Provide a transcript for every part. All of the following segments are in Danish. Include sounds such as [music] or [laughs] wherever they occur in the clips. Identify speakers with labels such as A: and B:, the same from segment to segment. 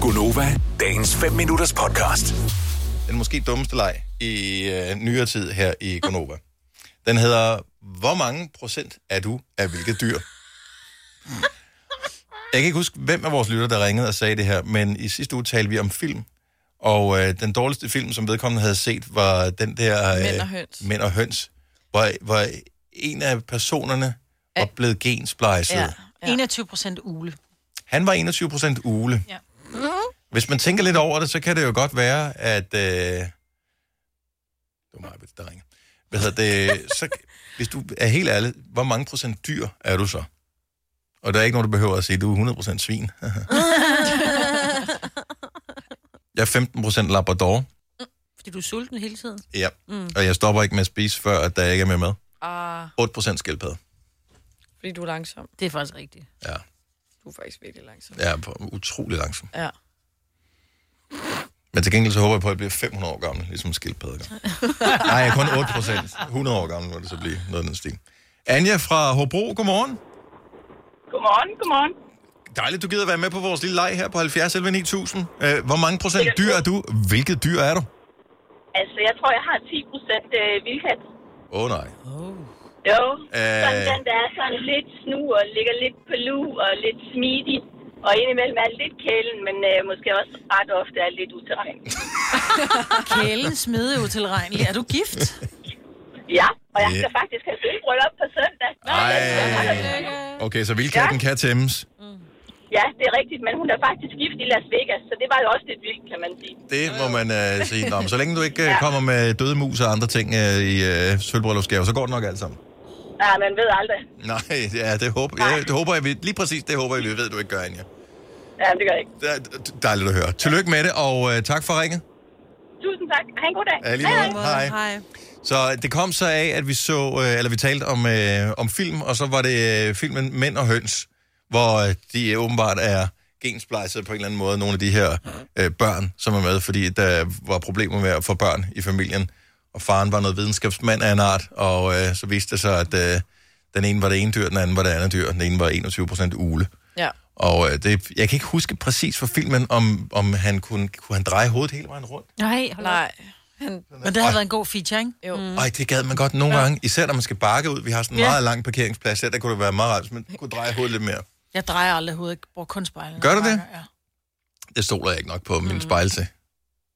A: Gunova, dagens 5 minutters podcast.
B: den måske dummeste leg i øh, nyere tid her i Gonova. Den hedder, hvor mange procent er du af hvilket dyr? Jeg kan ikke huske, hvem af vores lytter, der ringede og sagde det her, men i sidste uge talte vi om film, og øh, den dårligste film, som vedkommende havde set, var den der... Øh,
C: Mænd og høns.
B: Mænd og høns, hvor, hvor en af personerne var blevet gensplejset. Ja.
C: Ja. ja.
D: 21 procent ule.
B: Han var 21 procent ule.
D: Ja.
B: Hvis man tænker lidt over det, så kan det jo godt være, at... Øh... Det var mig, der ringer. Hvad hedder det? Så, hvis du er helt ærlig, hvor mange procent dyr er du så? Og der er ikke nogen, der behøver at sige, at du er 100 procent svin. jeg er 15 procent labrador,
D: Fordi du er sulten hele tiden.
B: ja. Mm. og jeg stopper ikke med at spise, før at der ikke er mere mad.
C: Ah,
B: 8 procent skildpadde.
C: fordi du er langsom.
D: Det er faktisk rigtigt.
B: Ja,
C: Du er faktisk virkelig langsom.
B: jeg er utrolig langsom.
C: Ja.
B: Men til gengæld så håber jeg på, at jeg bliver 500 år gammel, ligesom skildpadder. gør. Nej, jeg er kun 8 procent. 100 år gammel må det så blive, noget af den stil. Anja fra Hobro, godmorgen.
E: Godmorgen, godmorgen.
B: Dejligt, du gider være med på vores lille leg her på 70 11 9000. Øh, Hvor mange procent dyr er du? Hvilket dyr er du?
E: Altså, jeg tror, jeg har 10 procent øh, vildkat.
B: Åh oh, nej.
E: Jo,
B: Øh.
E: sådan den, der er sådan lidt snu og ligger lidt på lu og lidt smidig. Og indimellem er lidt kælen, men øh, måske også ret ofte er lidt uterren.
D: Kælen smed jo til regn. Er du gift?
E: Ja, og jeg skal
B: Ja.
E: faktisk have sølvbryllup på søndag.
B: Ej. Okay, så vildkatten kan tæmmes.
E: Ja, det er rigtigt, men hun er faktisk gift i Las Vegas, så det var jo også lidt vildt, kan man sige.
B: Det må man øh, sige. Nå, men så længe du ikke øh, kommer med døde mus og andre ting øh, i øh, sølvbryllupsgave, så går det nok alt sammen. [laughs]
E: Ja, man ved aldrig.
B: Nej, ja, det håber jeg. Det håber jeg vi- lige præcis det håber jeg, vi ved, du ikke gør, Anja.
E: Ja, det gør jeg ikke.
B: Det er Dejligt at høre. Tillykke med det, og øh, tak for ringet.
E: Tusind tak. Ha' en god dag.
B: [laughs] Ja, lige måde. Hej.
D: Hej.
B: Så det kom så af, at vi så, øh, eller vi talte om, øh, om film, og så var det øh, filmen Mænd og Høns, hvor øh, de åbenbart er gensplejset på en eller anden måde, nogle af de her øh, børn, som er med, fordi der var problemer med at få børn i familien, og faren var noget videnskabsmand af en art, og øh, så viste det sig, at øh, den ene var det ene dyr, den anden var det andet dyr, den ene var 21 procent ule.
C: Ja.
B: Og øh, det, jeg kan ikke huske præcis for filmen, om, om han kunne, kunne han dreje hovedet hele vejen rundt.
D: Nej, hold op.
C: Nej. Han,
D: Men det har været en god feature, ikke?
C: jo. Mm.
B: Ej, det gad man godt nogle ja. gange. Især når man skal bakke ud. Vi har sådan en ja.
D: Ja.
B: meget lang parkeringsplads her. Der kunne det være meget rart, hvis man kunne dreje hovedet lidt mere.
D: Jeg drejer aldrig hovedet. Jeg bruger kun spejlet.
B: Gør du det?
D: Ja.
B: Det stoler jeg ikke nok på min mm. spejl til.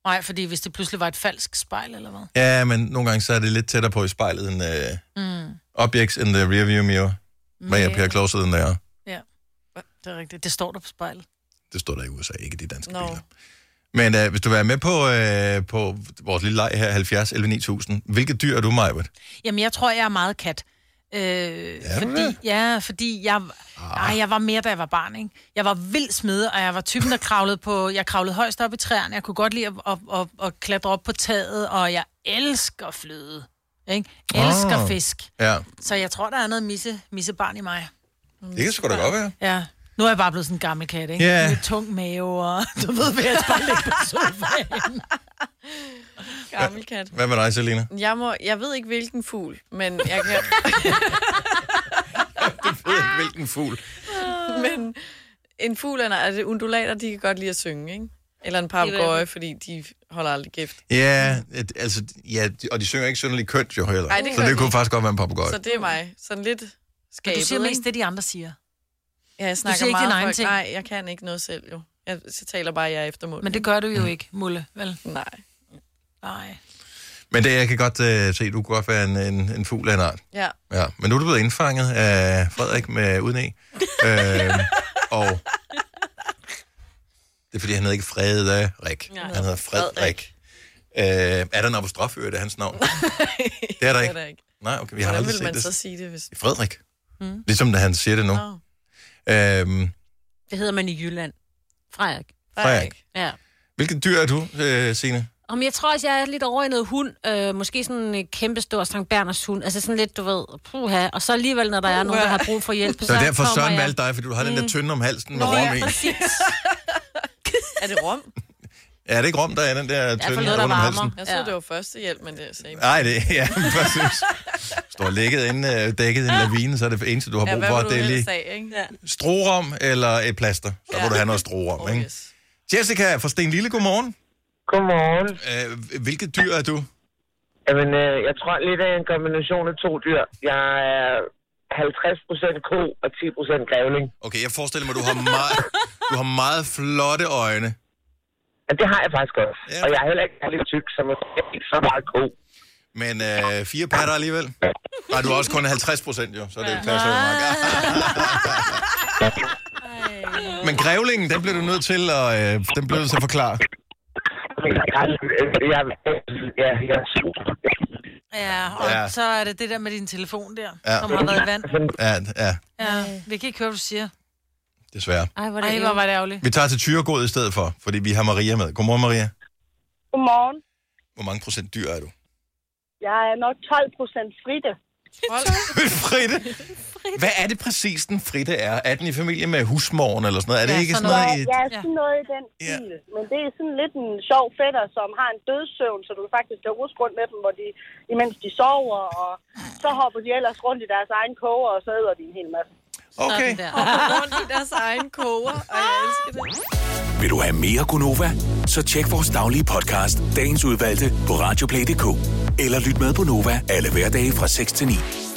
D: Nej, fordi hvis det pludselig var et falsk spejl, eller hvad?
B: Ja, men nogle gange så er det lidt tættere på i spejlet end uh,
D: Mm.
B: objects in the rearview mirror. Men jeg bliver closer than they are.
D: Det er rigtigt. Det står der på spejlet.
B: Det står der i USA, ikke i de danske no.
C: Nå.
B: biler. Men uh, hvis du vil være med på, uh, på vores lille leg her, 70 11 9000, hvilket dyr er du, Majbert?
D: Jamen, jeg tror, jeg er meget kat. Øh,
B: du
D: er
B: det?
D: fordi, ja, fordi jeg, ah. jeg var mere, da jeg var barn. Ikke? Jeg var vild smed, og jeg var typen, der kravlede på... Jeg kravlede højst op i træerne. Jeg kunne godt lide at, at, at, at klatre op på taget, og jeg elsker fløde. Ikke? Elsker
B: Ah.
D: ah. fisk.
B: Ja,
D: Så jeg tror, der er noget misse, missebarn i mig.
B: det kan sgu da godt være.
D: Ja. Nu er jeg bare blevet sådan en gammel kat, ikke?
B: Ja.
D: Med tung mave, og [laughs] du ved, hvad jeg bare ligge på
F: [laughs]
D: sofaen.
C: Gammel kat.
B: Hvad med dig, Selina?
C: Jeg, må, jeg ved ikke, hvilken fugl, men jeg kan...
D: [laughs]
B: Jeg ved ikke, hvilken fugl.
C: men en fugl, er, altså undulater, de kan godt lide at synge, ikke? Eller en papegøje, fordi de holder aldrig gift.
B: Ja, et, altså, ja, de- og de synger ikke synderligt kønt jo heller.
C: Ej, det
B: så
C: gør
B: det
C: de
B: kunne
C: ikke.
B: faktisk godt være en papegøje.
C: Så det er mig. Sådan lidt skabet,
D: Du siger
C: ikke?
D: mest det, de andre siger.
C: Ja, jeg
D: siger
C: snakker
D: ikke
C: meget
D: dine egne
C: folk.
D: ting.
C: Nej, jeg kan ikke noget selv, jo. Jeg, så taler bare, jeg er efter mål.
D: Men det gør du jo ikke, Mulle, vel?
C: Nej.
D: Nej.
B: Men det, jeg kan godt øh, se, du kunne godt være en, en, en fugl af en art.
C: Ja.
B: Ja. Men nu er du blevet indfanget af Frederik med uden e. øh,
C: [laughs]
B: og det er, fordi han hedder ikke Frederik.
C: Nej.
B: han hedder Frederik. Øh, er der en apostrof i øvrigt af hans
C: [laughs]
B: navn? det er der
C: Det er
B: ikke.
C: der ikke.
B: Nej, okay, vi har
C: Hvordan
B: aldrig
C: vil
B: set
C: man så
B: det.
C: sige det, hvis...
B: Frederik. Mm. Ligesom da han siger det nu.
C: Nå,
B: Øhm,
F: Det hedder man i Jylland. Frederik.
B: Frederik.
F: Ja.
B: hvilket dyr er du, øh, Signe?
F: Om jeg tror også, jeg er lidt over i noget hund. Øh, måske sådan en kæmpestor Sankt Berners hund. Altså sådan lidt, du ved, puha. Og så alligevel, når der er nogen, der har brug for hjælp,
B: Så derfor
F: kommer
B: Søren
F: jeg.
B: valgte dig, fordi du har den der tynde om halsen med
F: Nå,
B: rom i.
F: ja, præcis.
C: Er det rom?
B: Ja, det er ikke rom, der er den der
F: for
B: tynde
F: noget,
B: rundt
F: der
B: om
F: varmer.
B: halsen.
C: Jeg troede,
F: Ja.
C: det var førstehjælp, men det sagde
B: Nej, det ja, [laughs] præcis. Står ligget inde, øh, dækket i en lavine, så er det eneste, du har
C: Ja,
B: brug
C: hvad
B: for,
C: vil du
B: det er
C: helst
B: lige
C: have, ikke? Ja.
B: strorom eller et plaster. Så må
C: Ja.
B: du have noget strorom,
C: Oh,
B: ikke?
C: yes.
B: Jessica fra Sten Lille, godmorgen.
G: Godmorgen.
B: Øh, hvilket dyr er du?
G: Jamen, øh, jeg tror lidt af en kombination af to dyr. Jeg er 50% ko og 10% grævling.
B: Okay, jeg forestiller mig, du har meget, du har meget flotte øjne.
G: Ja, det har jeg faktisk også.
B: Ja.
G: Ja. Og jeg er heller ikke særlig tyk, så jeg er ikke så meget ko.
B: Men øh, fire patter alligevel. Nej, du er også kun 50 procent, jo. Så det passer jo meget. Men grævlingen, den bliver du nødt til at, øh, den bliver du til at forklare.
G: Men jeg, jeg, jeg, jeg, jeg er super.
D: Ja, og
B: Ja.
D: ja. så er det det der med din telefon der,
B: Ja.
D: ja. som har været i vand.
G: Sådan,
B: Ja, ja,
D: Ja. Vi kan ikke høre, hvad du siger.
B: desværre.
F: Ej, hvor er
D: Ej,
F: det
D: hvor
F: Ej,
D: var det ærgerligt.
B: Vi tager til Tyregod i stedet for, fordi vi har Maria med. Godmorgen, Maria.
E: Godmorgen.
B: Hvor mange procent dyr er du? [laughs]
E: Jeg er nok 12 procent fritte.
B: Fritte. Hvad er det præcis, den fritte er? Er den i familie med husmoren eller sådan noget? Er det
D: Ja,
B: ikke sådan
D: sådan
B: noget i...
E: Ja, sådan noget i den
B: Ja.
E: stil. Men det er sådan lidt en sjov fætter, som har en dødssøvn, så du kan faktisk kan ruske rundt med dem, hvor de, imens de sover, og så hopper de ellers rundt i deres egen koger, og så æder de en hel masse.
B: Okay.
D: Sådan der.
C: rundt i deres egen koger, og jeg elsker det.
A: Vil du have mere Gunova? Så tjek vores daglige podcast, dagens udvalgte, på radioplay.dk. Eller lyt med på Nova alle hverdage fra 6 til 9.